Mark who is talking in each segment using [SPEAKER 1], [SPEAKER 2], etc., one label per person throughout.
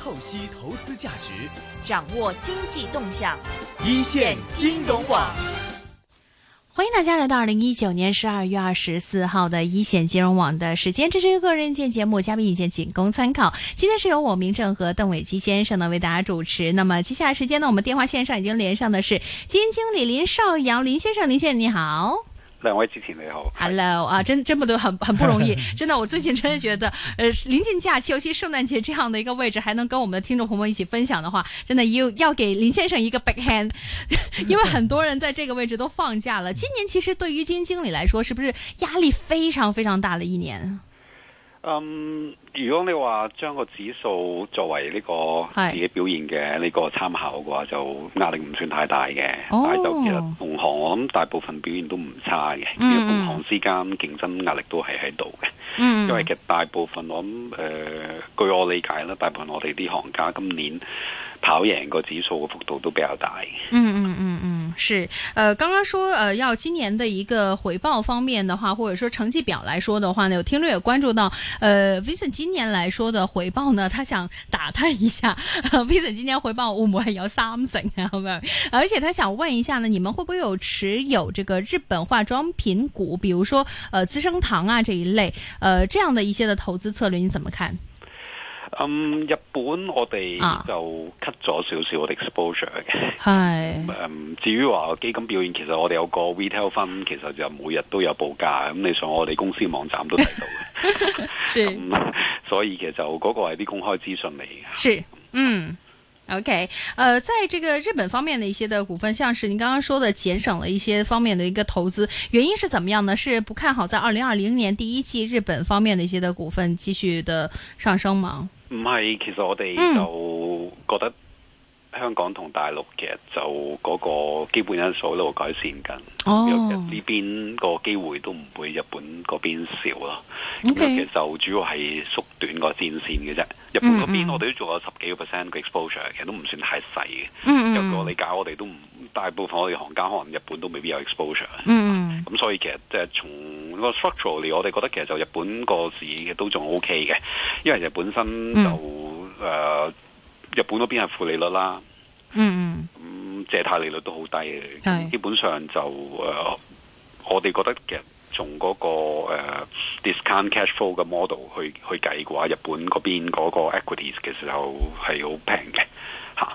[SPEAKER 1] 透析投资价值，
[SPEAKER 2] 掌握经济动向，
[SPEAKER 1] 一线金融网。
[SPEAKER 3] 欢迎大家来到二零一九年十二月二十四号的一线金融网的时间，这是一个个人意见节目，嘉宾意见仅供参考。今天是由我明正和邓伟基先生呢为大家主持。那么接下来时间呢，我们电话线上已经连上的是基金经理林少阳林先生，林先生你好。
[SPEAKER 4] 兩位主持你好
[SPEAKER 3] ，Hello 啊，真真不都很很不容易，真的，我最近真的觉得，呃，临近假期，尤其圣诞节这样的一个位置，还能跟我们的听众朋友们一起分享的话，真的要要给林先生一个 big hand，因 为很多人在这个位置都放假了。今年其实对于基金经理来说，是不是压力非常非常大的一年？
[SPEAKER 4] 嗯，如果你話將個指數作為呢個
[SPEAKER 3] 係
[SPEAKER 4] 自己表現嘅呢個參考嘅話，就壓力唔算太大嘅。
[SPEAKER 3] 哦
[SPEAKER 4] 但係就其實同行我諗大部分表現都唔差嘅，
[SPEAKER 3] 嗯
[SPEAKER 4] 因為同行之間競爭壓力都係喺度嘅。
[SPEAKER 3] 嗯，
[SPEAKER 4] 因為其實大部分我諗誒、呃，據我理解啦，大部分我哋啲行家今年跑贏個指數嘅幅度都比較大嘅。
[SPEAKER 3] 嗯嗯嗯嗯，是，呃，刚刚说呃，要今年的一个回报方面的话，或者说成绩表来说的话呢，有听众也关注到，呃，Vincent 今年来说的回报呢，他想打探一下、 呃、，Vincent 今年回报会不会有三成啊？有没有？而且他想问一下呢，你们会不会有持有这个日本化妆品股，比如说呃资生堂啊这一类，呃这样的一些的投资策略，你怎么看？
[SPEAKER 4] 嗯，日本我哋
[SPEAKER 3] 啊
[SPEAKER 4] 就 cut 咗少少我哋 exposure 嘅。
[SPEAKER 3] 嗨，
[SPEAKER 4] 嗯至於話基金表現，其實我哋有個 retail fund，其實就每日都有報價，咁你上我哋公司網站都睇到 嘅。
[SPEAKER 3] 是。
[SPEAKER 4] 咁所以其實就嗰個係啲公開資訊嚟嘅。
[SPEAKER 3] 是，嗯。OK，呃，在这个日本方面的一些的股份，像是您刚刚说的减省了一些方面的一个投资，原因是怎么样呢？是不看好在二零二零年第一季日本方面的一些的股份继续的上升吗？
[SPEAKER 4] 唔係，其實我哋
[SPEAKER 3] 嗯
[SPEAKER 4] 就覺得香港同大陸其實就嗰個基本因素喺度改善緊。
[SPEAKER 3] 哦
[SPEAKER 4] 尤其呢邊個機會都唔會日本嗰邊少咯。咁
[SPEAKER 3] OK
[SPEAKER 4] 其實就主要係縮短個戰線嘅啫。日本
[SPEAKER 3] 嗯
[SPEAKER 4] 嗰
[SPEAKER 3] 嗯
[SPEAKER 4] 邊我哋都做咗十幾個 percent 嘅 exposure，其實都唔算太細嘅。
[SPEAKER 3] 嗯
[SPEAKER 4] 有個
[SPEAKER 3] 嗯
[SPEAKER 4] 理解，我哋都唔大部分我哋行家可能日本都未必有 exposure，
[SPEAKER 3] 嗯
[SPEAKER 4] 咁所以其實即係從個 structural 嚟，我哋覺得其實就日本個市嘅都仲 OK 嘅，因為其實本身
[SPEAKER 3] 嗯
[SPEAKER 4] 就誒、呃日本嗰邊係負利率啦，
[SPEAKER 3] 嗯嗯
[SPEAKER 4] 咁、借貸利率都好低嘅，
[SPEAKER 3] 係
[SPEAKER 4] 咁基本上就誒、呃我哋覺得其實從嗰、個、呃 discount cash flow 嘅 model 去去計嘅話，日本嗰邊嗰個 equities 嘅時候係好平嘅嚇。咁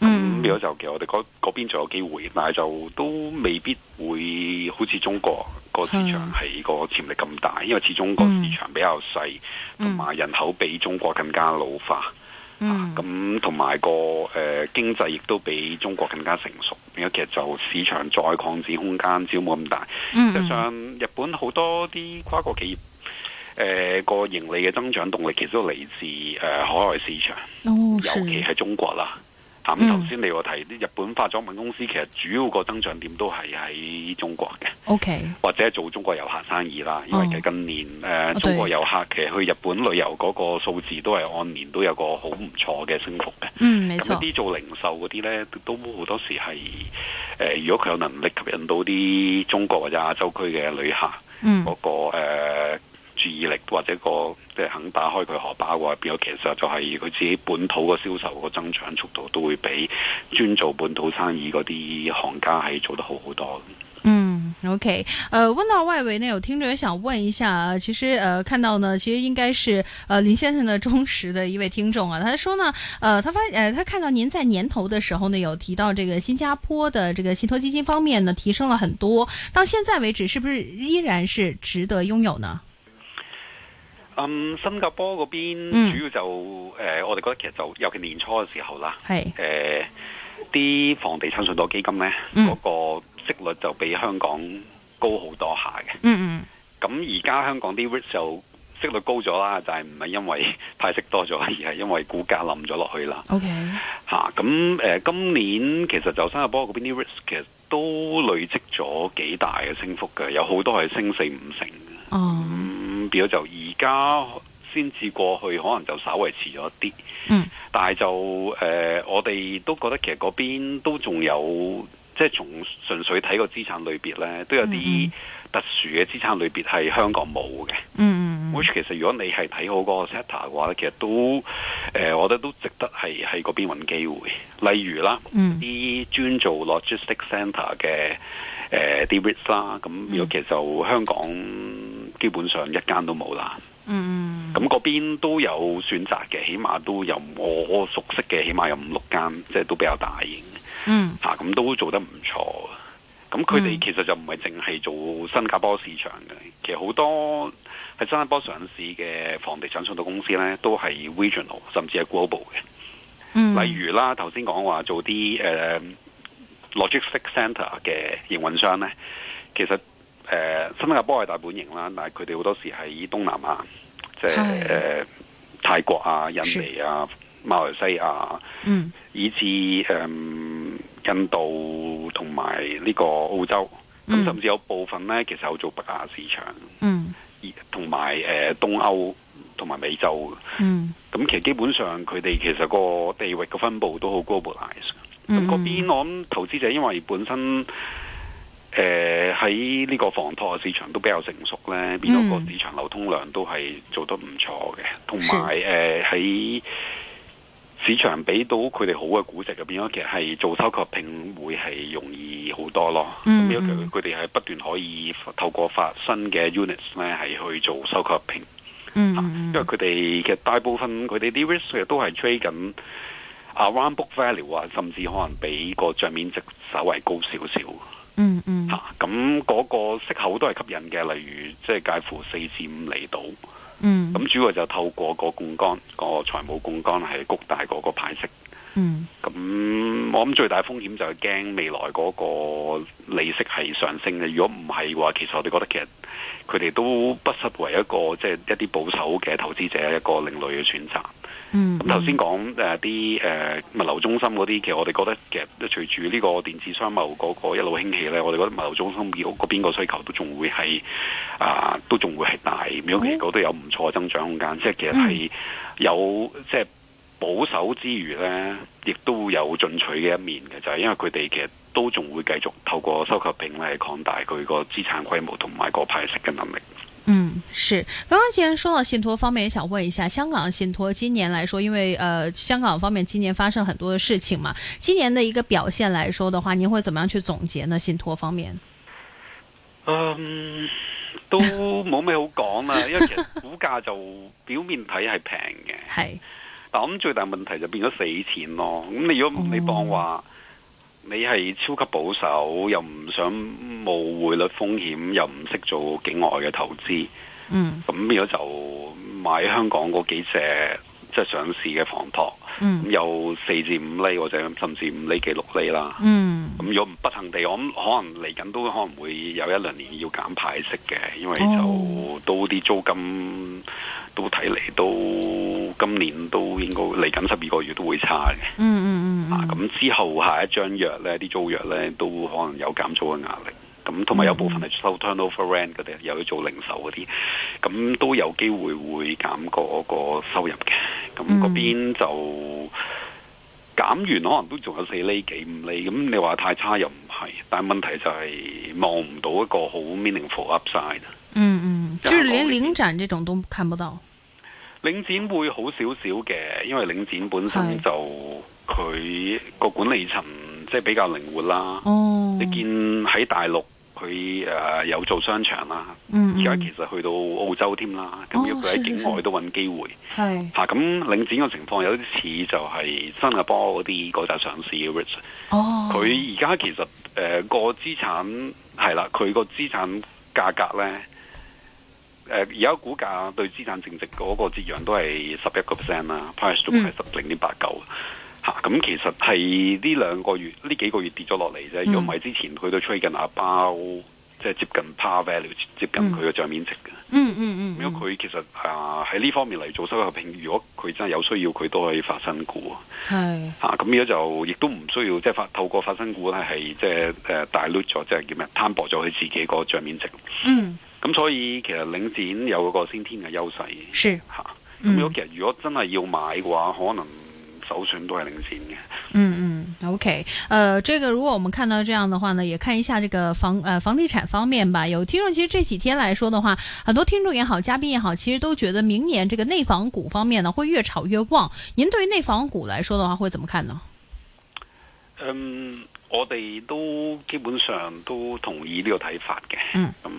[SPEAKER 3] 嗯
[SPEAKER 4] 變咗就其實我哋嗰嗰邊仲有機會，但係就都未必會好似中國個市場係個潛力咁大，因為始終個市場比較細，
[SPEAKER 3] 嗯
[SPEAKER 4] 同埋人口比中國更加老化，
[SPEAKER 3] 嗯，
[SPEAKER 4] 咁同埋個誒、呃、經濟亦都比中國更加成熟，變咗其實就市場再擴展空間只要冇咁大。
[SPEAKER 3] 嗯
[SPEAKER 4] 實際上日本好多啲跨國企業。誒個、盈利嘅增長動力其實都嚟自誒、呃海外市場。
[SPEAKER 3] 哦
[SPEAKER 4] 尤其
[SPEAKER 3] 是
[SPEAKER 4] 係中國啦。啊咁
[SPEAKER 3] 嗯
[SPEAKER 4] 頭先你話提啲日本化妝品公司，其實主要個增長點都係喺中國嘅，
[SPEAKER 3] OK，
[SPEAKER 4] 或者係做中國遊客生意啦。因為
[SPEAKER 3] 哦
[SPEAKER 4] 其實近年誒、呃
[SPEAKER 3] 對
[SPEAKER 4] 中國遊客其實去日本旅遊嗰個數字都係按年都有個好唔錯嘅升幅嘅。
[SPEAKER 3] 嗯，没
[SPEAKER 4] 咁
[SPEAKER 3] 错，
[SPEAKER 4] 一啲做零售嗰啲呢，都都好多時係誒、呃如果佢有能力吸引到啲中國或者亞洲區嘅旅客，
[SPEAKER 3] 嗯
[SPEAKER 4] 嗰、個、呃、注意力或者個即係肯打開佢荷包嘅話，變咗其實就係佢自己本土個銷售個增長速度都會比專做本土生意嗰啲行家係做得好好多。
[SPEAKER 3] 嗯，OK，呃，问到外围呢，有听者也想问一下啊，其实呃，看到呢，其实应该是呃林先生的忠实的一位听众啊，他说呢，呃，他发呃他看到您在年头的时候呢，有提到这个新加坡的这个信托基金方面呢提升了很多，到现在为止是不是依然是值得拥有呢？
[SPEAKER 4] 嗯，新加坡嗰
[SPEAKER 3] 嗯
[SPEAKER 4] 邊主要就誒、呃我哋覺得其實就尤其年初嘅時候啦，
[SPEAKER 3] 系，
[SPEAKER 4] 誒、啲房地產信託基金呢，嗰、
[SPEAKER 3] 嗯
[SPEAKER 4] 個息率就比香港高好多下嘅。
[SPEAKER 3] 嗯
[SPEAKER 4] 咁而家香港啲 REIT 就息率高咗啦， 但係唔係因為派息多咗，而係因為股價冧咗落去啦。
[SPEAKER 3] 嗯，OK，
[SPEAKER 4] 嚇咁誒，今年其實就新加坡嗰邊啲 REIT 其實都累積咗幾大嘅升幅嘅，有好多係升四五成嘅。
[SPEAKER 3] 哦，
[SPEAKER 4] 咁變咗就而家先至過去，可能就稍微遲咗啲。
[SPEAKER 3] 嗯
[SPEAKER 4] 但係就誒、呃我哋都覺得其實嗰邊都仲有即係從純粹睇個資產類別咧，都有啲特殊嘅資產類別係香港冇嘅。
[SPEAKER 3] 嗯嗯
[SPEAKER 4] which 其實如果你係睇好嗰個 sector 嘅話咧，其實都誒、呃我覺得都值得係喺嗰邊揾機會。例如啦，
[SPEAKER 3] 嗯
[SPEAKER 4] 啲專做 logistics centre 嘅誒啲 REITs 啦，咁
[SPEAKER 3] 嗯
[SPEAKER 4] 尤其就香港基本上一間都冇啦。
[SPEAKER 3] 嗯
[SPEAKER 4] 咁嗰邊都有選擇嘅，起碼都有我熟悉嘅，起碼有五六間，即係都比較大型
[SPEAKER 3] 嗯
[SPEAKER 4] 嚇，啊咁、都做得唔錯。咁佢哋
[SPEAKER 3] 嗯
[SPEAKER 4] 其實就唔係淨係做新加坡市場嘅，其實好多喺新加坡上市嘅房地產信託公司呢，都係 regional 甚至係 global 嘅。
[SPEAKER 3] 嗯，
[SPEAKER 4] 例如啦，頭先講話做啲誒、呃 logistics centre 嘅營運商呢，其實誒、呃新加坡係大本營啦，但係佢哋好多時喺東南亞，即係
[SPEAKER 3] 係
[SPEAKER 4] 誒泰國啊、印尼啊、馬來西亞，啊
[SPEAKER 3] 嗯
[SPEAKER 4] 以至誒、嗯印度同埋呢個澳洲，
[SPEAKER 3] 嗯
[SPEAKER 4] 咁甚至有部分呢，其實有做北亞市場，
[SPEAKER 3] 嗯
[SPEAKER 4] 而同埋誒東歐同埋美洲。
[SPEAKER 3] 嗯
[SPEAKER 4] 咁其實基本上佢哋其實個地域嘅分布都好 globalize。咁
[SPEAKER 3] 嗯
[SPEAKER 4] 嗰邊我諗投資者因為本身誒喺呢個房託嘅市場都比較成熟咧，變咗
[SPEAKER 3] 嗯
[SPEAKER 4] 個市場流通量都係做得唔錯嘅，同埋誒喺市場俾到佢哋好嘅估值入邊咯，其實係做收購拼會係容易好多咯。咁
[SPEAKER 3] 嗯
[SPEAKER 4] 因為
[SPEAKER 3] 嗯
[SPEAKER 4] 佢佢哋係不斷可以透過發新嘅 units 咧，係去做收購拼。
[SPEAKER 3] 嗯
[SPEAKER 4] 因為佢哋其實大部分佢哋啲 risk 其實都係 trade 緊 around book value 啊，甚至可能比個帳面值稍為高少少
[SPEAKER 3] 嗯嗯
[SPEAKER 4] 嚇。咁嗰個息口都係吸引嘅，例如即係介乎四至五厘度。
[SPEAKER 3] 嗯
[SPEAKER 4] 咁主要就透過個槓桿個財務槓桿係谷大嗰個派息。
[SPEAKER 3] 嗯
[SPEAKER 4] 咁我諗最大風險就係驚未來嗰個利息係上升嘅。如果唔係嘅話，其實我哋覺得其實佢哋都不失為一個即係、一啲保守嘅投資者一個另類嘅選擇。
[SPEAKER 3] 嗯，
[SPEAKER 4] 咁頭先講誒啲誒物流中心嗰啲，其實我哋覺得其實隨住呢個電子商貿嗰個一路興起咧，我哋覺得物流中心嗰邊個需求都仲會係啊、都仲會係大，咁樣其實嗰度有唔錯嘅增長空間，即係其實係有即係保守之餘咧，亦都有進取嘅一面嘅，就係、因為佢哋其實都仲會繼續透過收購並咧擴大佢個資產規模同埋個派息嘅能力。
[SPEAKER 3] 嗯，是。刚刚既然说到信托方面，也想问一下香港信托今年来说，因为呃香港方面今年发生很多的事情嘛，今年的一个表现来说的话，您会怎么样去总结呢？信托方面，
[SPEAKER 4] 嗯，都冇咩好講啦，因為其實股價就表面睇係平嘅，
[SPEAKER 3] 系，
[SPEAKER 4] 但我諗最大問題就變咗死錢咯。咁你如果你當話你係超級保守，又唔想冇匯率風險，又唔識做境外嘅投資，
[SPEAKER 3] 嗯
[SPEAKER 4] 咁變咗就買香港嗰幾隻即係上市嘅房託，咁
[SPEAKER 3] 嗯
[SPEAKER 4] 有四至五厘或者甚至五厘幾六厘啦。
[SPEAKER 3] 嗯
[SPEAKER 4] 咁如果不幸地，我諗可能嚟緊都可能會有一兩年要減派息嘅，因為
[SPEAKER 3] 哦
[SPEAKER 4] 就都啲租金都睇嚟都今年都應該嚟緊十二個月都會差嘅。
[SPEAKER 3] 嗯嗯嗯
[SPEAKER 4] 啊，
[SPEAKER 3] 嗯，
[SPEAKER 4] 咁之後下一張約呢，啲租約呢都可能有減租嘅壓力。咁同埋有部分
[SPEAKER 3] 嗯
[SPEAKER 4] 係收 turnover rent 嗰啲，又要做零售嗰啲，咁都有機會會減嗰個收入嘅。咁
[SPEAKER 3] 嗯
[SPEAKER 4] 嗰邊就減完，可能都仲有四厘幾五厘。咁你話太差又唔係，但係問題就係望唔到一個好 meaningful upside。啊
[SPEAKER 3] 嗯嗯，就是连领展这种都看不到，
[SPEAKER 4] 領展會好少少嘅，因為領展本身
[SPEAKER 3] 係
[SPEAKER 4] 就佢個管理層即係比較靈活啦。
[SPEAKER 3] 哦，
[SPEAKER 4] 你見喺大陸佢誒、呃有做商場啦，
[SPEAKER 3] 嗯，
[SPEAKER 4] 而家其實去到澳洲添啦，
[SPEAKER 3] 哦
[SPEAKER 4] 咁要佢
[SPEAKER 3] 是
[SPEAKER 4] 喺境外都揾機會啊
[SPEAKER 3] 系，
[SPEAKER 4] 嚇。咁、領展嘅情況有啲似就係新加坡嗰啲嗰扎上市嘅 REITs
[SPEAKER 3] 哦，
[SPEAKER 4] 佢而家其實誒、呃、個資產係啦，佢個資產價格呢，誒而家股價對資產淨值嗰個折讓都係十一個 percent 啦，price to 係
[SPEAKER 3] 嗯
[SPEAKER 4] 十零點八九嚇。咁、其實係呢兩個月呢幾個月跌咗落嚟啫。
[SPEAKER 3] 嗯
[SPEAKER 4] 如果唔係之前佢都 trade 緊阿包，即係接近 par value，接近佢嘅帳面值嘅。
[SPEAKER 3] 嗯嗯嗯，
[SPEAKER 4] 咁樣佢其實啊喺呢方面嚟做收購拼，如果佢真係有需要，佢都可以發新股。
[SPEAKER 3] 系，
[SPEAKER 4] 啊，咁而家就亦都唔需要即係發透過發生股咧，係即係誒大 l 咗，即係叫咩攤薄咗佢自己個帳面值。
[SPEAKER 3] 嗯
[SPEAKER 4] 咁所以其實領展有個先天嘅優勢
[SPEAKER 3] 是，
[SPEAKER 4] 嚇。咁、
[SPEAKER 3] 嗯
[SPEAKER 4] 如果其實如果真係要買嘅話，可能首選都係領先嘅。
[SPEAKER 3] 嗯嗯，OK，呃，这个如果我们看到这样的话呢，也看一下这个房呃房地产方面吧。有听众其实这几天来说的话，很多听众也好，嘉宾也好，其实都觉得明年这个内房股方面呢会越炒越旺。您对于内房股来说的话，会怎么看呢？
[SPEAKER 4] 嗯，我哋都基本上都同意呢個睇法嘅。
[SPEAKER 3] 嗯
[SPEAKER 4] 咁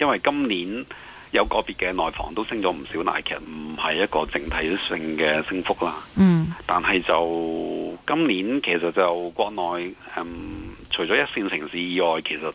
[SPEAKER 4] 因為今年有個別嘅內房都升咗唔少，但係其實唔係一個整體性嘅升幅啦。
[SPEAKER 3] 嗯
[SPEAKER 4] 但係就今年其實就國內嗯，除咗一線城市以外，其實誒、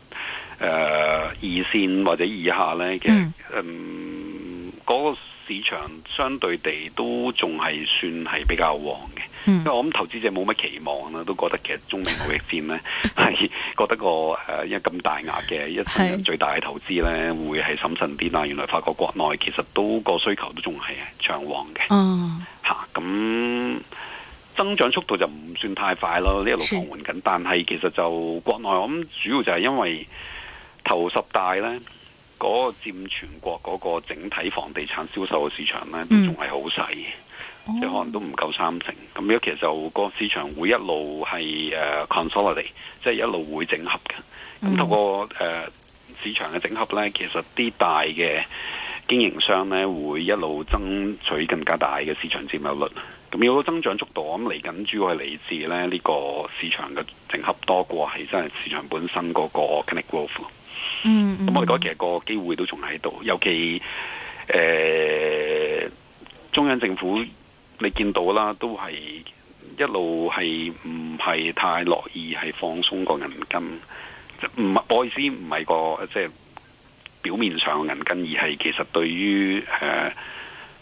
[SPEAKER 4] 呃二線或者以下呢，其實
[SPEAKER 3] 嗯
[SPEAKER 4] 嗯嗰、個市場相對地都仲係算係比較旺嘅。因為
[SPEAKER 3] 嗯
[SPEAKER 4] 我諗投資者冇乜期望啦，都覺得其實中美貿易 戰呢係覺得個呃誒，因為咁大額嘅一生人
[SPEAKER 3] 係
[SPEAKER 4] 最大嘅投資呢，會係審慎啲啦。原來發覺國內其實都個需求都仲係暢旺嘅。
[SPEAKER 3] 啊
[SPEAKER 4] 吓咁、增長速度就唔算太快咯，呢一路
[SPEAKER 3] 是
[SPEAKER 4] 放緩緊。但係其實就國內，我諗主要就係因為頭十大呢嗰、個佔全國嗰個整體房地產銷售嘅市場呢，都
[SPEAKER 3] 嗯
[SPEAKER 4] 仲係好細嘅，
[SPEAKER 3] 哦
[SPEAKER 4] 即係可能都唔夠三成。咁樣其實就個市場會一路係誒、呃 consolidate，即係一路會整合嘅。咁
[SPEAKER 3] 嗯
[SPEAKER 4] 透過誒、呃市場嘅整合呢，其實啲大嘅經營商呢會一路爭取更加大嘅市場佔有率。咁如果增長速度，我諗嚟緊主要係嚟自咧呢個市場嘅整合多過係真係市場本身嗰個 organic growth 咯。
[SPEAKER 3] 嗯
[SPEAKER 4] 咁我哋覺得
[SPEAKER 3] 嗯
[SPEAKER 4] 其實個機會都仲喺度，尤其誒、呃中央政府你見到啦，都係一路係唔係太樂意係放鬆個銀根，即唔我意思唔係個即係表面上嘅銀根，而係其實對於誒、呃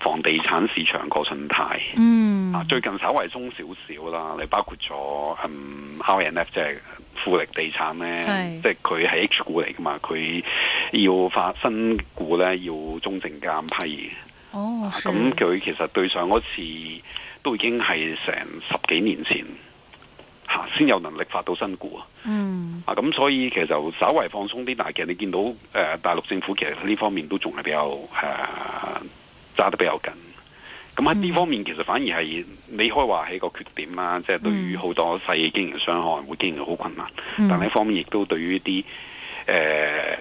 [SPEAKER 4] 房地產市場個信貸。
[SPEAKER 3] 嗯
[SPEAKER 4] 啊，最近稍為鬆少少啦，你包括咗嗯 R&F 即係富力地產咧
[SPEAKER 3] 係，
[SPEAKER 4] 即係佢係 H 股嚟噶嘛，佢要發新股咧要中證監批
[SPEAKER 3] 哦
[SPEAKER 4] 嘅，
[SPEAKER 3] 是
[SPEAKER 4] 啊咁佢其實對上嗰次都已經係成十幾年前嚇先有能力發到新股啊。
[SPEAKER 3] 嗯
[SPEAKER 4] 啊，咁所以其實就稍為放鬆啲，但係其實你見到誒、呃大陸政府其實呢方面都仲係比較誒呃揸、得比較緊。咁
[SPEAKER 3] 嗯
[SPEAKER 4] 喺呢方面其實反而係你可以話係一個缺點啦，即、係、對於好多細嘅經營商可能會經營好困難。
[SPEAKER 3] 嗯
[SPEAKER 4] 但另一方面亦都對於啲誒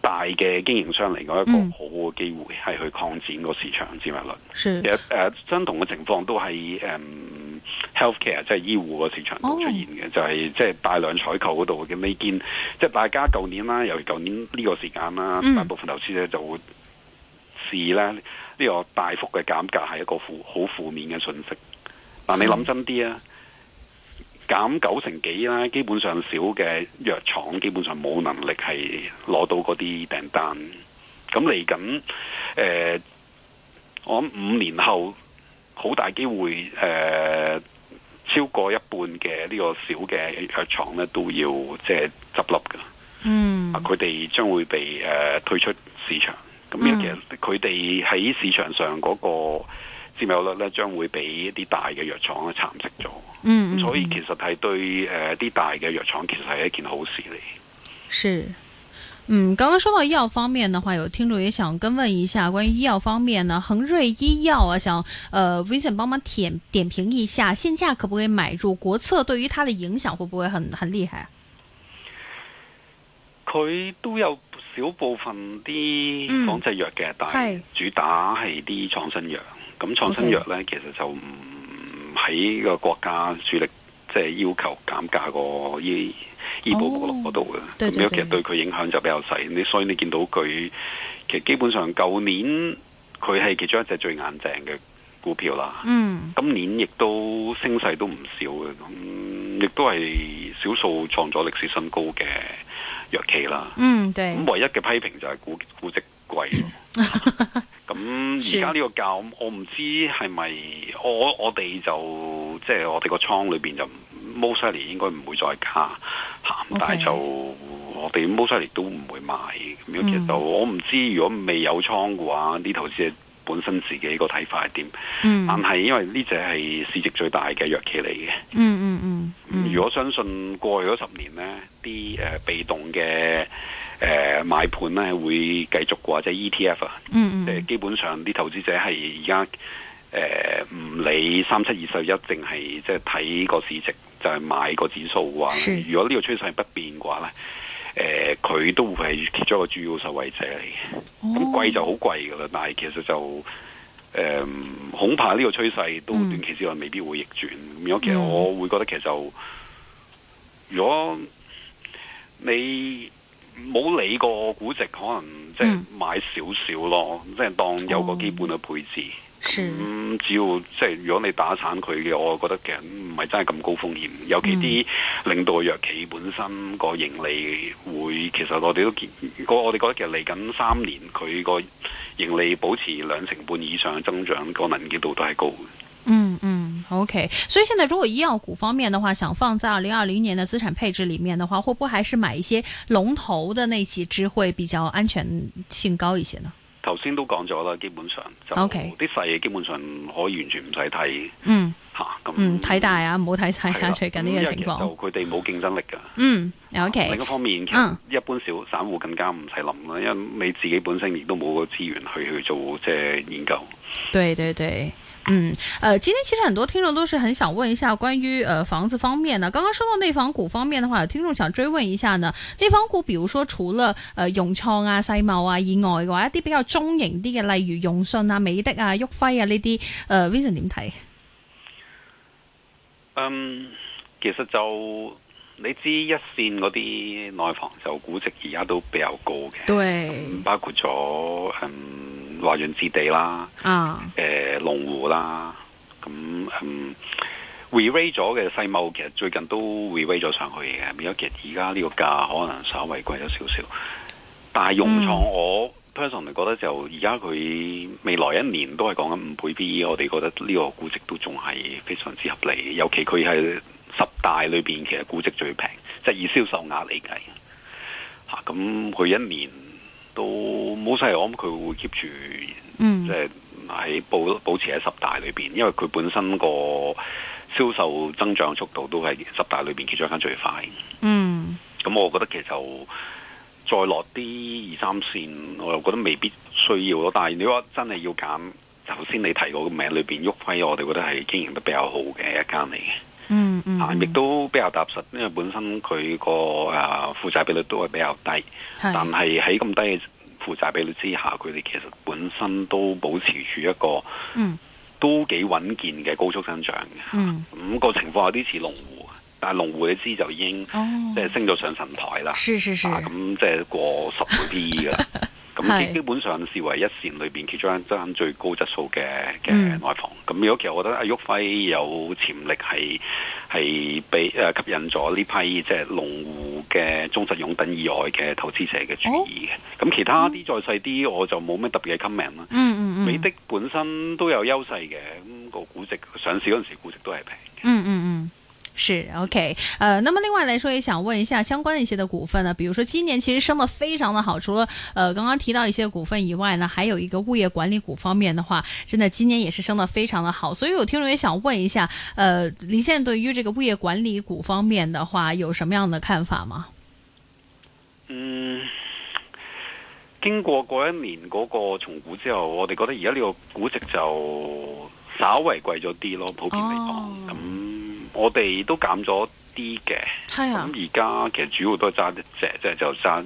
[SPEAKER 4] 大嘅經營商嚟講一個
[SPEAKER 3] 嗯
[SPEAKER 4] 好好嘅機會，係去擴展個市場佔有率。
[SPEAKER 3] 是
[SPEAKER 4] 其實誒、呃相同嘅情況都喺誒、嗯 healthcare 即係醫護個市場度出現嘅就係即係大量採購嗰度嘅。你見即係大家舊年啦，尤其舊年呢個時間啦，
[SPEAKER 3] 嗯
[SPEAKER 4] 大部分投資者就會視咧呢、呢個大幅嘅減價係一個負好負面嘅訊息。但你諗真啲啊！減九成幾啦，基本上少嘅藥廠基本上冇能力係攞到嗰啲訂單。咁嚟緊誒我諗五年後好大機會誒、呃超過一半嘅呢個小嘅藥廠咧都要即係執笠㗎，
[SPEAKER 3] 嗯
[SPEAKER 4] 啊佢哋將會被誒、呃退出市場。咁
[SPEAKER 3] 嗯
[SPEAKER 4] 因為其實佢哋喺市場上嗰個佔有率咧，將會俾一啲大嘅藥廠咧蠶食咗。
[SPEAKER 3] 嗯，嗯
[SPEAKER 4] 所以
[SPEAKER 3] 嗯
[SPEAKER 4] 其實係對誒啲大嘅藥廠其實係一件好事嚟。
[SPEAKER 3] 是。嗯，刚刚说到医药方面的话，有听众也想跟问一下关于医药方面呢，恒瑞医药啊，想呃 Vincent 帮忙点点评一下，现价可不可以买入？国策对于它的影响会不会很很厉害？啊
[SPEAKER 4] 佢都有少部分啲
[SPEAKER 3] 嗯
[SPEAKER 4] 仿製藥嘅，但係
[SPEAKER 3] 係
[SPEAKER 4] 主打係啲創新藥。咁創新藥呢，其實就唔喺個國家主力，即係要求減價個醫醫保目錄嗰度嘅。
[SPEAKER 3] 哦對
[SPEAKER 4] 咁樣
[SPEAKER 3] 對
[SPEAKER 4] 其實
[SPEAKER 3] 對
[SPEAKER 4] 對佢影響就比較細。你所以你見到佢其實基本上舊年佢係其中一隻最硬淨嘅股票啦。
[SPEAKER 3] 嗯
[SPEAKER 4] 今年亦都升勢都唔少嘅，咁、亦都係少數創咗歷史新高嘅藥企啦。
[SPEAKER 3] 嗯，对，
[SPEAKER 4] 咁唯一嘅批評就係估估值 貴咯。咁而家呢個價，我唔知係咪我我哋就即係、我哋個倉裏邊就 most likely 應該唔會再加嚇
[SPEAKER 3] OK
[SPEAKER 4] 但係就我哋 most likely 都唔會買咁樣。其實
[SPEAKER 3] 嗯
[SPEAKER 4] 就我唔知如果未有倉嘅話，啲投資者本身自己個睇法係點。
[SPEAKER 3] 嗯
[SPEAKER 4] 但
[SPEAKER 3] 嗯
[SPEAKER 4] 係因為呢只係市值最大嘅藥企嚟嘅，
[SPEAKER 3] 嗯嗯嗯，
[SPEAKER 4] 如果相信過去嗰十年呢啲誒、呃被動嘅誒、呃、買盤咧會繼續嘅話，即係 ETF E 啊，
[SPEAKER 3] 嗯
[SPEAKER 4] 即係
[SPEAKER 3] 嗯
[SPEAKER 4] 基本上啲投資者係而家誒唔理三七二十一，淨係即係睇個市值，就係、買個指數嘅話
[SPEAKER 3] 是
[SPEAKER 4] 呢，如果呢個趨勢不變嘅話咧，誒、佢都會係其中一個主要受惠者
[SPEAKER 3] 哦
[SPEAKER 4] 嚟嘅。咁、貴就好貴噶啦，但係其實就誒、恐怕呢個趨勢都
[SPEAKER 3] 嗯
[SPEAKER 4] 短期之內未必會逆轉。咁如果其實
[SPEAKER 3] 嗯
[SPEAKER 4] 我會覺得其實就如果你冇理個估值，可能即係
[SPEAKER 3] 嗯
[SPEAKER 4] 買少少咯，即係當有個基本嘅配置。
[SPEAKER 3] 是
[SPEAKER 4] 咁、
[SPEAKER 3] 嗯
[SPEAKER 4] 只要即係如果你打散佢嘅，我覺得其實唔係真係咁高風險。尤其啲
[SPEAKER 3] 嗯
[SPEAKER 4] 領導藥企本身個盈利會，其實我哋都見，我我哋覺得其實嚟緊三年佢個盈利保持兩成半以上嘅增長，個能見度都係高嘅。
[SPEAKER 3] 嗯嗯，OK。所以现在如果医药股方面的话，想放在二零二零年的资产配置里面的话，会不会还是买一些龙头的那几只会比较安全性高一些呢？
[SPEAKER 4] 頭先都講咗啦，基本上就
[SPEAKER 3] OK
[SPEAKER 4] 啲細嘅基本上可以完全唔使睇
[SPEAKER 3] 嗯
[SPEAKER 4] 嚇。咁
[SPEAKER 3] 嗯，睇大啊，唔好睇細
[SPEAKER 4] 係
[SPEAKER 3] 啊，
[SPEAKER 4] 啦
[SPEAKER 3] 最近呢個情
[SPEAKER 4] 咁
[SPEAKER 3] 況。
[SPEAKER 4] 因為其實就啊佢哋冇競爭力㗎。
[SPEAKER 3] 嗯
[SPEAKER 4] 另
[SPEAKER 3] ，OK，
[SPEAKER 4] 一方面，其
[SPEAKER 3] 嗯
[SPEAKER 4] 實一般小散户更加唔使諗啦，因為你自己本身亦都冇個資源去去做即係研究。
[SPEAKER 3] 對對對。嗯，呃，今天其實很多聽眾都是很想問一下關於呃房子方面的。剛剛說到內房股方面的話，有聽眾想追問一下呢，內房股，比如說除了呃融創啊、世茂啊以外嘅話，一啲比較中型啲嘅，例如融信啊、美的啊、旭輝啊呢啲，呃 Vincent 點睇？
[SPEAKER 4] 嗯，其實就你知一線嗰啲內房就估值而家都比較高嘅，
[SPEAKER 2] 对
[SPEAKER 4] 包括咗嗯華潤置地啦。
[SPEAKER 3] 啊，
[SPEAKER 4] 誒、龍呃湖啦，咁嗯 re-rate 咗嘅世茂其實最近都 re-rate 咗上去嘅，變咗其實而家呢個價可能稍微貴咗少少，但係融創
[SPEAKER 3] 嗯
[SPEAKER 4] 我 person 嚟覺得就而家佢未來一年都係講緊五倍 P E，我哋覺得呢個估值都仲係非常之合理，尤其佢係十大裏邊其實估值最平，即係以銷售額嚟計嚇，咁、佢一年都冇晒，我諗佢會 keep 住。
[SPEAKER 3] 嗯
[SPEAKER 4] 即，係喺保保持喺十大裏邊，因為佢本身個銷售增長速度都係十大裏邊其中一間最快。
[SPEAKER 3] 嗯，
[SPEAKER 4] 咁我覺得其實就再落啲二三線，我又覺得未必需要咯。但係如果真係要揀，頭先你提過個名裏邊，旭輝我哋覺得係經營得比較好嘅一間嚟嘅。
[SPEAKER 3] 嗯嗯，
[SPEAKER 4] 啊，
[SPEAKER 3] 嗯
[SPEAKER 4] 亦都比較踏實，因為本身佢個誒負債比率都係比較低，
[SPEAKER 3] 係
[SPEAKER 4] 但係喺咁低嘅負債比率之下，佢哋其實本身都保持住一個
[SPEAKER 3] 嗯
[SPEAKER 4] 都幾穩健嘅高速增長嘅。
[SPEAKER 3] 嗯，
[SPEAKER 4] 咁、個情況有啲似龍湖，啊但係龍湖你知就已經
[SPEAKER 3] 哦
[SPEAKER 4] 即，係升咗上神台啦，
[SPEAKER 3] 是是是，
[SPEAKER 4] 啊咁即係過十倍 P E 噶啦。咁
[SPEAKER 3] 係
[SPEAKER 4] 基基本上視為一線裏邊其中一間最高質素嘅嘅
[SPEAKER 3] 嗯
[SPEAKER 4] 內房。咁如果其實我覺得阿旭輝有潛力係係被誒吸引咗呢批即係龍湖嘅忠實擁躉以外嘅投資者嘅注意
[SPEAKER 3] 哦
[SPEAKER 4] 嘅。咁、其他啲再細啲我就冇咩特別嘅 comment 啦。
[SPEAKER 3] 嗯嗯嗯，
[SPEAKER 4] 美的本身都有優勢嘅，咁、個估值上市嗰陣時估值都係平。
[SPEAKER 3] 嗯嗯嗯，是 OK。呃，那么另外来说，也想问一下相关的一些的股份呢，比如说今年其实升得非常的好，除了呃刚刚提到一些股份以外呢，还有一个物业管理股方面的话，真的今年也是升得非常的好。所以有听众也想问一下，呃，林先生对于这个物业管理股方面的话，有什么样的看法吗？
[SPEAKER 4] 嗯，經過嗰一年嗰個重估之後，我哋覺得而家呢個估值就稍為貴咗啲咯，普遍嚟講。
[SPEAKER 3] 哦
[SPEAKER 4] 咁、我哋都減咗啲嘅。
[SPEAKER 3] 係
[SPEAKER 4] 咁
[SPEAKER 3] 啊，
[SPEAKER 4] 而家其實主要都係揸一隻，即係就揸誒，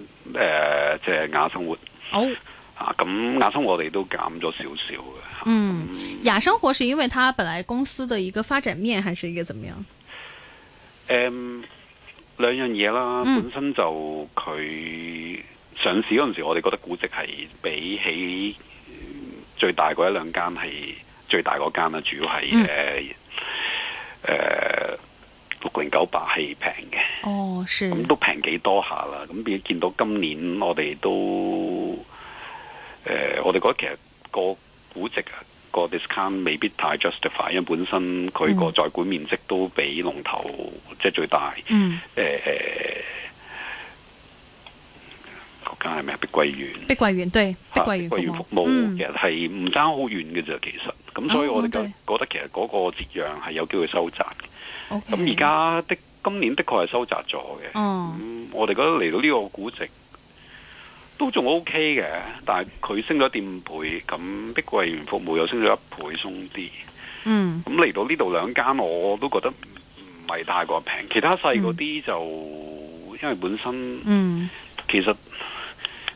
[SPEAKER 4] 即係雅生活
[SPEAKER 3] 哦，
[SPEAKER 4] 啊。咁雅生活我哋都減咗少少嘅。
[SPEAKER 3] 嗯，雅生活是因为它本来公司的一个发展面，还是一个怎么样？
[SPEAKER 4] 誒、兩樣嗯嘢啦，
[SPEAKER 3] 嗯
[SPEAKER 4] 本身就佢上市嗰陣時，我哋覺得估值係比起嗯最大嗰一兩間係最大嗰間啦，主要係
[SPEAKER 3] 嗯
[SPEAKER 4] 誒誒六零九八係平嘅，
[SPEAKER 3] 哦，是，
[SPEAKER 4] 咁都平幾多下啦。咁變見到今年我哋都誒、呃我哋覺得其實個估值啊。個 discount 未必太 justify，因為本身佢個
[SPEAKER 3] 嗯
[SPEAKER 4] 在管面積都比龍頭即係最大，呃
[SPEAKER 3] 嗯，
[SPEAKER 4] 誒誒，嗰間係咩？啊碧桂園，
[SPEAKER 3] 碧桂園對，碧
[SPEAKER 4] 嚇
[SPEAKER 3] 桂園
[SPEAKER 4] 碧
[SPEAKER 3] 服
[SPEAKER 4] 桂園
[SPEAKER 3] 務，
[SPEAKER 4] 服務
[SPEAKER 3] 嗯
[SPEAKER 4] 其實係唔爭好遠嘅啫，其實。咁所以
[SPEAKER 3] 哦
[SPEAKER 4] 我哋覺
[SPEAKER 3] 對
[SPEAKER 4] 覺得其實嗰個折讓係有機會收窄嘅。
[SPEAKER 3] OK
[SPEAKER 4] 咁而家的今年的確係收窄咗嘅。
[SPEAKER 3] 哦，
[SPEAKER 4] 咁我哋覺得嚟到呢個估值，都仲 OK 嘅，但係佢升咗一點五倍，咁碧桂園服務又升咗一倍鬆啲。
[SPEAKER 3] 嗯
[SPEAKER 4] 咁嚟到呢度兩間我都覺得唔係太過平，其他細嗰啲就、因為本身
[SPEAKER 3] 嗯
[SPEAKER 4] 其實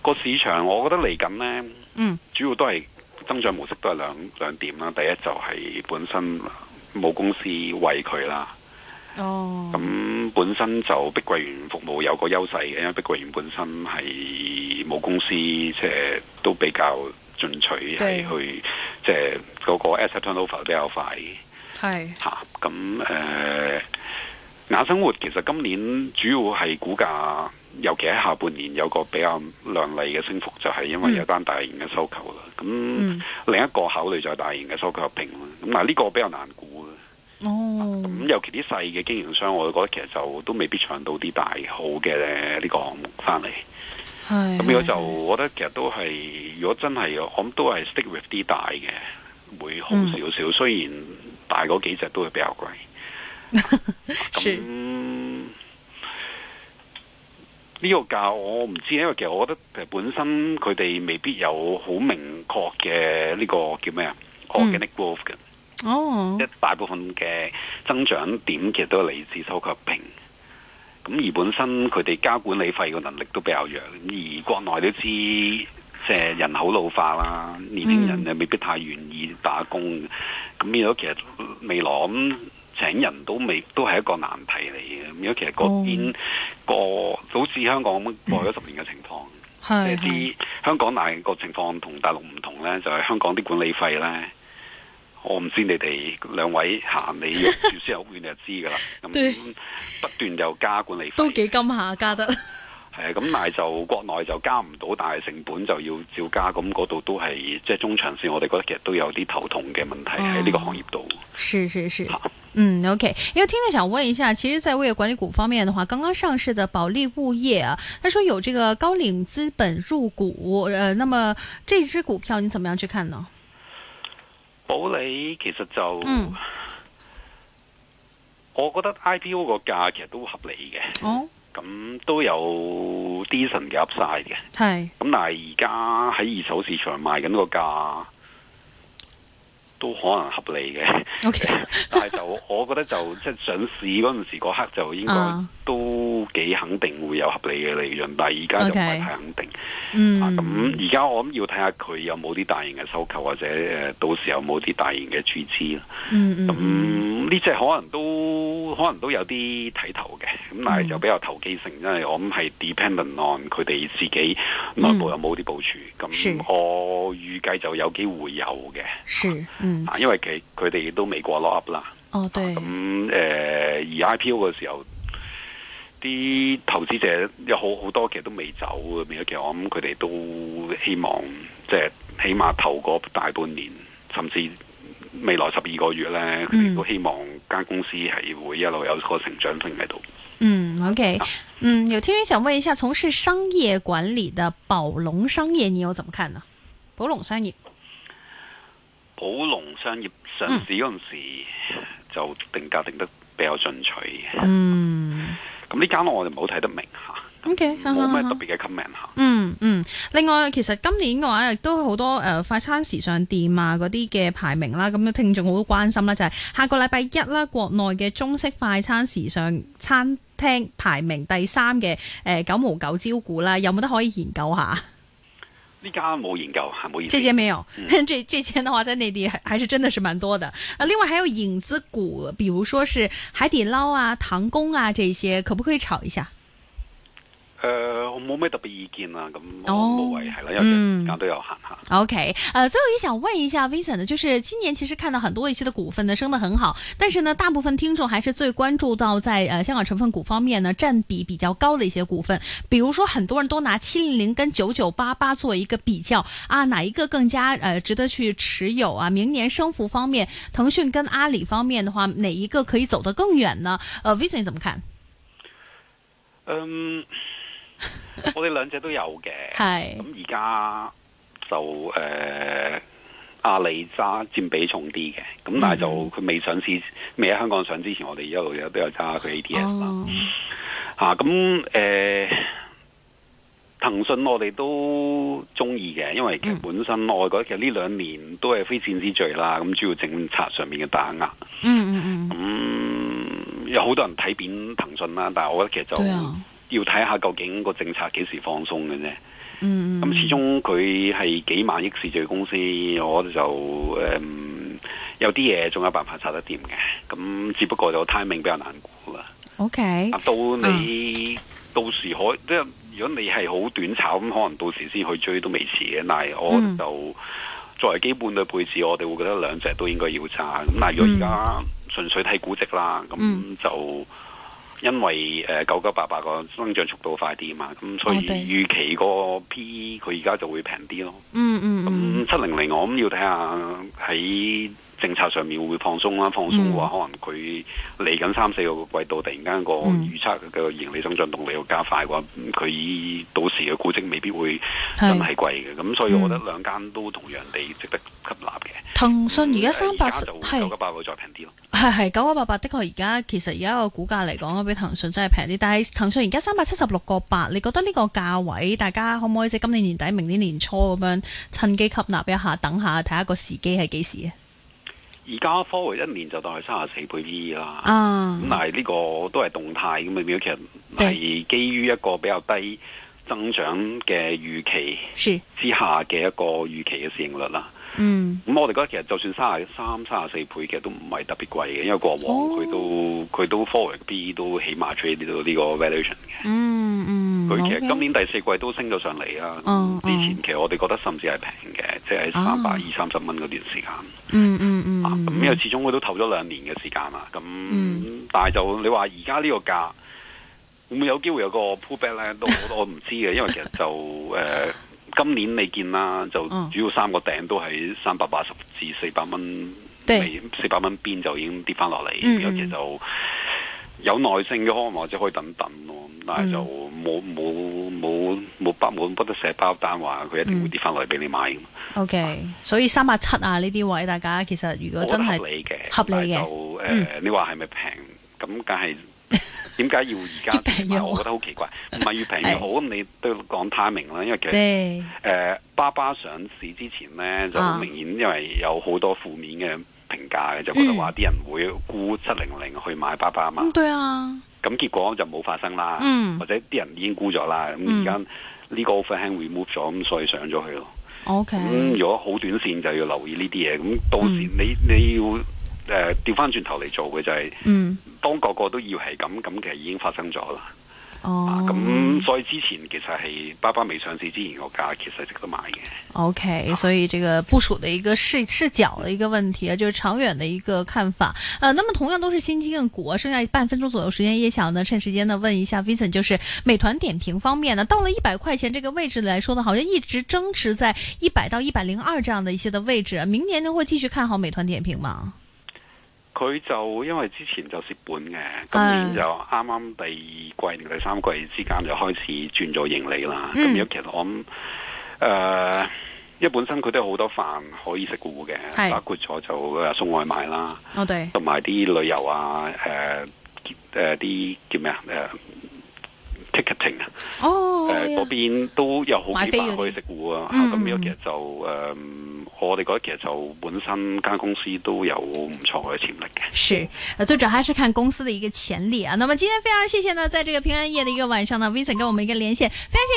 [SPEAKER 4] 個市場，我覺得嚟緊呢，
[SPEAKER 3] 嗯
[SPEAKER 4] 主要都係增長模式都係兩兩點啦。第一就係本身冇公司為佢啦，
[SPEAKER 3] 哦
[SPEAKER 4] 嗯咁本身就碧桂園服務有個優勢嘅，因為碧桂園本身係冇公司，即係都比較進取，
[SPEAKER 3] 對
[SPEAKER 4] 係去即係嗰個 asset turnover 比較快。
[SPEAKER 3] 係
[SPEAKER 4] 吓，咁誒、呃雅生活其實今年主要係股價，尤其喺下半年有個比較亮麗嘅升幅，就係因為
[SPEAKER 3] 嗯
[SPEAKER 4] 有單大型嘅收購啦。咁、
[SPEAKER 3] 嗯
[SPEAKER 4] 另一個考慮就係大型嘅收購合併啦。咁嗱，呢個比較難估啦。
[SPEAKER 3] 哦
[SPEAKER 4] 咁尤其啲細嘅經營商，我覺得其實就都未必搶到啲大好嘅呢個項目翻嚟。
[SPEAKER 3] 係
[SPEAKER 4] 咁如果就，我覺得其實都係，如果真係，我諗都係 stick with 啲大嘅，會好
[SPEAKER 3] 嗯
[SPEAKER 4] 少少。雖然大嗰幾隻都會比較貴。
[SPEAKER 3] 是
[SPEAKER 4] 咁呢個價我唔知，因為其實我覺得誒本身佢哋未必有好明確嘅呢個叫咩啊
[SPEAKER 3] 嗯
[SPEAKER 4] organic growth 嘅，
[SPEAKER 3] 哦
[SPEAKER 4] 即係大部分嘅增長點其實都係嚟自收購平。咁而本身佢哋交管理費嘅能力都比較弱，而國內都知即係人口老化啦，年輕人又未必太願意打工，咁變咗其實未來咁請人都未都係一個難題嚟嘅。咁變咗其實嗰邊個好似香港咁過咗十年嘅情況。
[SPEAKER 3] 係
[SPEAKER 4] 即係啲香港大個情況同大陸唔同呢，就係、香港啲管理費呢。我唔知你哋兩位行你約住私人屋苑你就 知噶啦，
[SPEAKER 3] 對
[SPEAKER 4] 咁不斷就加管理費，
[SPEAKER 3] 都幾金下加得，
[SPEAKER 4] 係咁，但係就國內就加唔到，但係成本就要照加，咁嗰度都係即係中長線，我哋覺得其實都有啲頭痛嘅問
[SPEAKER 3] 哦
[SPEAKER 4] 題喺呢個行業度。
[SPEAKER 3] 是是是。嗯，OK，因为听众想问一下，其实，在物业管理股方面的话，刚刚上市的保利物业啊，他说有这个高瓴资本入股，呃，啊那么这只股票你怎么样去看呢？
[SPEAKER 4] 保理其實就，
[SPEAKER 3] 嗯
[SPEAKER 4] 我覺得 IPO 個價其實都合理嘅，
[SPEAKER 3] 哦，
[SPEAKER 4] 咁都有 decent 嘅 upside 嘅。
[SPEAKER 3] 係，
[SPEAKER 4] 咁但係而家喺二手市場賣緊個價，都可能合 理嘅。
[SPEAKER 3] OK，
[SPEAKER 4] 但係就我覺得就即係上市嗰陣時嗰刻就應該
[SPEAKER 3] 啊
[SPEAKER 4] 都幾肯定會有合理嘅利潤，但係而家就唔
[SPEAKER 3] OK
[SPEAKER 4] 係太肯定。啊
[SPEAKER 3] 嗯，
[SPEAKER 4] 咁而家我諗要睇下佢有冇啲大型嘅收購，或者誒到時有冇啲大型嘅注資啦。
[SPEAKER 3] 嗯
[SPEAKER 4] 咁
[SPEAKER 3] 嗯
[SPEAKER 4] 呢只可能都可能都有啲睇頭嘅，咁但係就比較投機性，因為我諗係 dependent on 佢哋自己內部有冇啲部署。
[SPEAKER 3] 是
[SPEAKER 4] 咁我預計就有機會有嘅，
[SPEAKER 3] 是，嗯，
[SPEAKER 4] 啊，因為佢佢哋都美國 lock up 啦。
[SPEAKER 3] 哦，對
[SPEAKER 4] 啊咁，誒、呃而 IPO 嘅時候，啲投資者有好好多其實都未走咁樣，其實我諗佢哋都希望即係起碼頭嗰大半年，甚至未來十二個月
[SPEAKER 3] 嗯
[SPEAKER 4] 呢，佢哋都希望間公司係會一路有個成長性喺度。
[SPEAKER 3] 嗯，OK，嗯，有听众想问一下，从事商业管理的宝龙商业，你又怎么看呢？宝龙商业，
[SPEAKER 4] 寶龍商業上市嗰陣時就定價定得比較進取嘅，
[SPEAKER 3] 嗯
[SPEAKER 4] 咁呢間我就唔好睇得明嚇，
[SPEAKER 3] ，OK，哈哈
[SPEAKER 4] 冇咩
[SPEAKER 3] 哈
[SPEAKER 4] 特別嘅 comment 嚇。
[SPEAKER 3] 嗯嗯，另外其實今年嘅話亦都好多誒、呃快餐時尚店啊嗰啲嘅排名啦，咁聽眾好關心啦，就係、下個禮拜一啦，國內嘅中式快餐時尚餐廳排名第三嘅誒九毛九招股啦，有冇得可以研究下？
[SPEAKER 4] 呢間冇研究嚇，冇研
[SPEAKER 3] 這
[SPEAKER 4] 究。
[SPEAKER 3] 間沒有， 但這這間的話在內地還還是真的是蠻多的。啊，另外還有影子股，比如說是海底撈啊、唐宮啊這些，可不可以炒一下？
[SPEAKER 4] 誒、呃我冇咩特別意見啊，咁我
[SPEAKER 3] 哦
[SPEAKER 4] 冇謂係啦，因為
[SPEAKER 3] 嗯
[SPEAKER 4] 時間都有限嚇。
[SPEAKER 3] OK，呃，最後也想問一下 Vincent 呢，就是今年其实看到很多一些的股份呢升得很好，但是呢，大部分听众还是最关注到在呃香港成分股方面呢占比比较高的一些股份，比如说很多人都拿七零零跟九九八八做一个比较啊，哪一个更加呃值得去持有啊？明年升幅方面，腾讯跟阿里方面的话，哪一个可以走得更远呢？呃，Vincent 怎么看？
[SPEAKER 4] 嗯，我哋兩隻都有嘅。
[SPEAKER 3] 係
[SPEAKER 4] 咁而家就誒、呃阿里揸佔比重啲嘅，咁但係就
[SPEAKER 3] 嗯
[SPEAKER 4] 佢未上市，未喺香港上之前，我哋一路嗯啊有都有揸佢 ATS 啦。
[SPEAKER 3] 哦，
[SPEAKER 4] 嚇咁誒，呃騰訊我哋都中意嘅，因為
[SPEAKER 3] 嗯
[SPEAKER 4] 其實本身我覺得其實呢兩年都係非戰之罪啦，咁主要政策上面嘅打壓，
[SPEAKER 3] 嗯嗯
[SPEAKER 4] 咁、嗯有好多人睇扁騰訊啦，但係我覺得其
[SPEAKER 3] 嗯，
[SPEAKER 4] 實就
[SPEAKER 3] 對啊，
[SPEAKER 4] 要睇下究竟個政策幾時放鬆嘅啫。
[SPEAKER 3] 嗯嗯，
[SPEAKER 4] 咁始終佢係幾萬億市值嘅公司，我覺得就誒、嗯有啲嘢仲有辦法拆得掂嘅，咁只不過就 timing 比較難估啦。
[SPEAKER 3] OK，
[SPEAKER 4] 啊，到你、
[SPEAKER 3] 嗯
[SPEAKER 4] 到時可即係如果你係好短炒咁，可能到時先去追都未遲嘅。但係我
[SPEAKER 3] 嗯
[SPEAKER 4] 就、作為基本嘅配置，我哋會覺得兩隻都應該要揸。咁但係如果而家純粹睇估值啦，咁、
[SPEAKER 3] 嗯
[SPEAKER 4] 就。因為誒九九八八個增長速度快啲嘛，咁所以
[SPEAKER 3] 哦對
[SPEAKER 4] 預期個 P E 佢而家就會平啲咯。
[SPEAKER 3] 嗯嗯嗯
[SPEAKER 4] 咁七零零我諗要睇下喺政策上面會唔會放鬆
[SPEAKER 3] 嗯
[SPEAKER 4] 啦，放鬆嘅話可能佢嚟緊三四個季度突然間個
[SPEAKER 3] 嗯
[SPEAKER 4] 預測嘅盈利增長動力要加快嘅話，嗯佢到時嘅估值未必會真
[SPEAKER 3] 係嗯
[SPEAKER 4] 係貴嘅，咁所以我覺得兩間都同樣地值得吸納嘅。嗯
[SPEAKER 3] 騰訊而家三百
[SPEAKER 4] 哎而家就九
[SPEAKER 3] 係
[SPEAKER 4] 九八會再平啲咯。
[SPEAKER 3] 係係九九八八，的確而家其實而家個股價嚟講，比騰訊真係平啲。但係騰訊而家三百七十六個八，你覺得呢個價位，大家可唔可以即係今年年底、明年年初咁樣趁機吸納一下，等下睇下個時機係幾時啊？
[SPEAKER 4] 而家科維一年就當係三十四倍 P E 啦。
[SPEAKER 3] 啊
[SPEAKER 4] 咁但係呢個都係動態咁嘅，變咗其實係基於一個比較低增長嘅預期
[SPEAKER 3] 是，
[SPEAKER 4] 之下嘅一個預期嘅市盈率啦。
[SPEAKER 3] 嗯，
[SPEAKER 4] 咁我哋覺得其實就算三十三、三十四倍嘅都唔係特別貴嘅，因為過往
[SPEAKER 3] 哦
[SPEAKER 4] 佢都佢、都 forward B 都起碼 trade 到呢個 valuation 嘅。
[SPEAKER 3] 嗯嗯，
[SPEAKER 4] 佢其實
[SPEAKER 3] OK
[SPEAKER 4] 今年第四季都升咗上嚟啦。
[SPEAKER 3] 嗯
[SPEAKER 4] 咁之前其實我哋覺得甚至係平嘅，即係
[SPEAKER 3] 啊
[SPEAKER 4] 三百二三十蚊嗰段時間。
[SPEAKER 3] 嗯嗯嗯
[SPEAKER 4] 啊，
[SPEAKER 3] 嗯，
[SPEAKER 4] 咁因為始終佢都投咗兩年嘅時間啦，咁、
[SPEAKER 3] 嗯
[SPEAKER 4] 但係就你話而家呢個價會唔會有機會有個 pullback 咧？都我我唔知嘅，因為其實就誒、呃今年你見啦，就
[SPEAKER 3] 嗯
[SPEAKER 4] 主要三個頂都喺三百八十至四百蚊
[SPEAKER 3] 對
[SPEAKER 4] 尾，四百蚊邊就已經跌翻落嚟，
[SPEAKER 3] 嗯嗯
[SPEAKER 4] 尤其就有耐性嘅可能或者可以等等咯，但係就
[SPEAKER 3] 嗯
[SPEAKER 4] 冇冇冇冇包冇不得寫包單話佢一定
[SPEAKER 3] 嗯
[SPEAKER 4] 會跌翻落嚟俾你買嘅。
[SPEAKER 3] OK，所以三百七啊呢啲位，大家其實如果
[SPEAKER 4] 我覺
[SPEAKER 3] 真係
[SPEAKER 4] 得啊合理嘅，
[SPEAKER 3] 合理嘅嗯
[SPEAKER 4] 但係就誒、呃你話係咪平？咁梗 係點解要而家
[SPEAKER 3] 越平越好
[SPEAKER 4] 我覺得好奇怪，唔係越平越
[SPEAKER 3] 係
[SPEAKER 4] 好。咁你都要講 timing 啦，因為其實
[SPEAKER 3] 對，
[SPEAKER 4] 誒巴巴上市之前咧，就
[SPEAKER 3] 啊
[SPEAKER 4] 好明顯因為有好多負面嘅評價嘅，就覺得
[SPEAKER 3] 嗯
[SPEAKER 4] 話啲人會沽七零零去買巴巴嘛。
[SPEAKER 3] 嗯對啊，
[SPEAKER 4] 咁結果就冇發生啦，
[SPEAKER 3] 嗯
[SPEAKER 4] 或者啲人已經沽咗啦。咁而家呢個 overhang remove 咗，咁所以上咗去咯。
[SPEAKER 3] ，OK，
[SPEAKER 4] 咁、如果嗯好短線就要留意呢啲嘢，咁到時
[SPEAKER 3] 嗯
[SPEAKER 4] 你你要誒調翻轉頭嚟做嘅就係、
[SPEAKER 3] 嗯，
[SPEAKER 4] 當個個都要係咁，咁其實已經發生咗啦。啊
[SPEAKER 3] 哦，
[SPEAKER 4] 咁、所以之前其實係巴巴未上市之前個價其實值得買嘅。
[SPEAKER 3] OK，所以这个部署的一个视视角的一个问题啊，就是长远的一个看法。呃，那么同样都是新兴股，剩下半分钟左右时间，也想呢趁时间呢问一下 Vincent，就是美团点评方面呢，到了一百块钱这个位置来说呢，好像一直争持在一百到一百零二这样的一些的位置，明年呢会继续看好美团点评吗？
[SPEAKER 4] 佢就因為之前就蝕本嘅，今
[SPEAKER 3] 啊
[SPEAKER 4] 年就啱啱第二季定第三季之間就開始轉咗盈利啦。咁
[SPEAKER 3] 嗯
[SPEAKER 4] 如果其實我諗誒、呃因為本身佢都有好多飯可以食股嘅，
[SPEAKER 3] 係
[SPEAKER 4] 包括咗就誒送外賣啦。
[SPEAKER 3] 哦，对，
[SPEAKER 4] 同埋啲旅遊啊，誒誒啲叫咩啊？誒、ticketing 啊，
[SPEAKER 3] 哦，
[SPEAKER 4] 誒嗰邊都有好
[SPEAKER 3] 買
[SPEAKER 4] 幾
[SPEAKER 3] 飛
[SPEAKER 4] 百
[SPEAKER 3] 嗰啲
[SPEAKER 4] 可以食股啊，嚇
[SPEAKER 3] 嗯
[SPEAKER 4] 咁
[SPEAKER 3] 嗯
[SPEAKER 4] 樣
[SPEAKER 3] 嗯
[SPEAKER 4] 其實就誒、嗯我哋覺得其實就本身間公司都有唔錯嘅潛力嘅。
[SPEAKER 3] 是，呃，最主要还是看公司的一个潜力啊。那么今天非常谢谢呢，在这个平安夜的一个晚上呢，Vincent 跟我们一个连线，非常谢谢。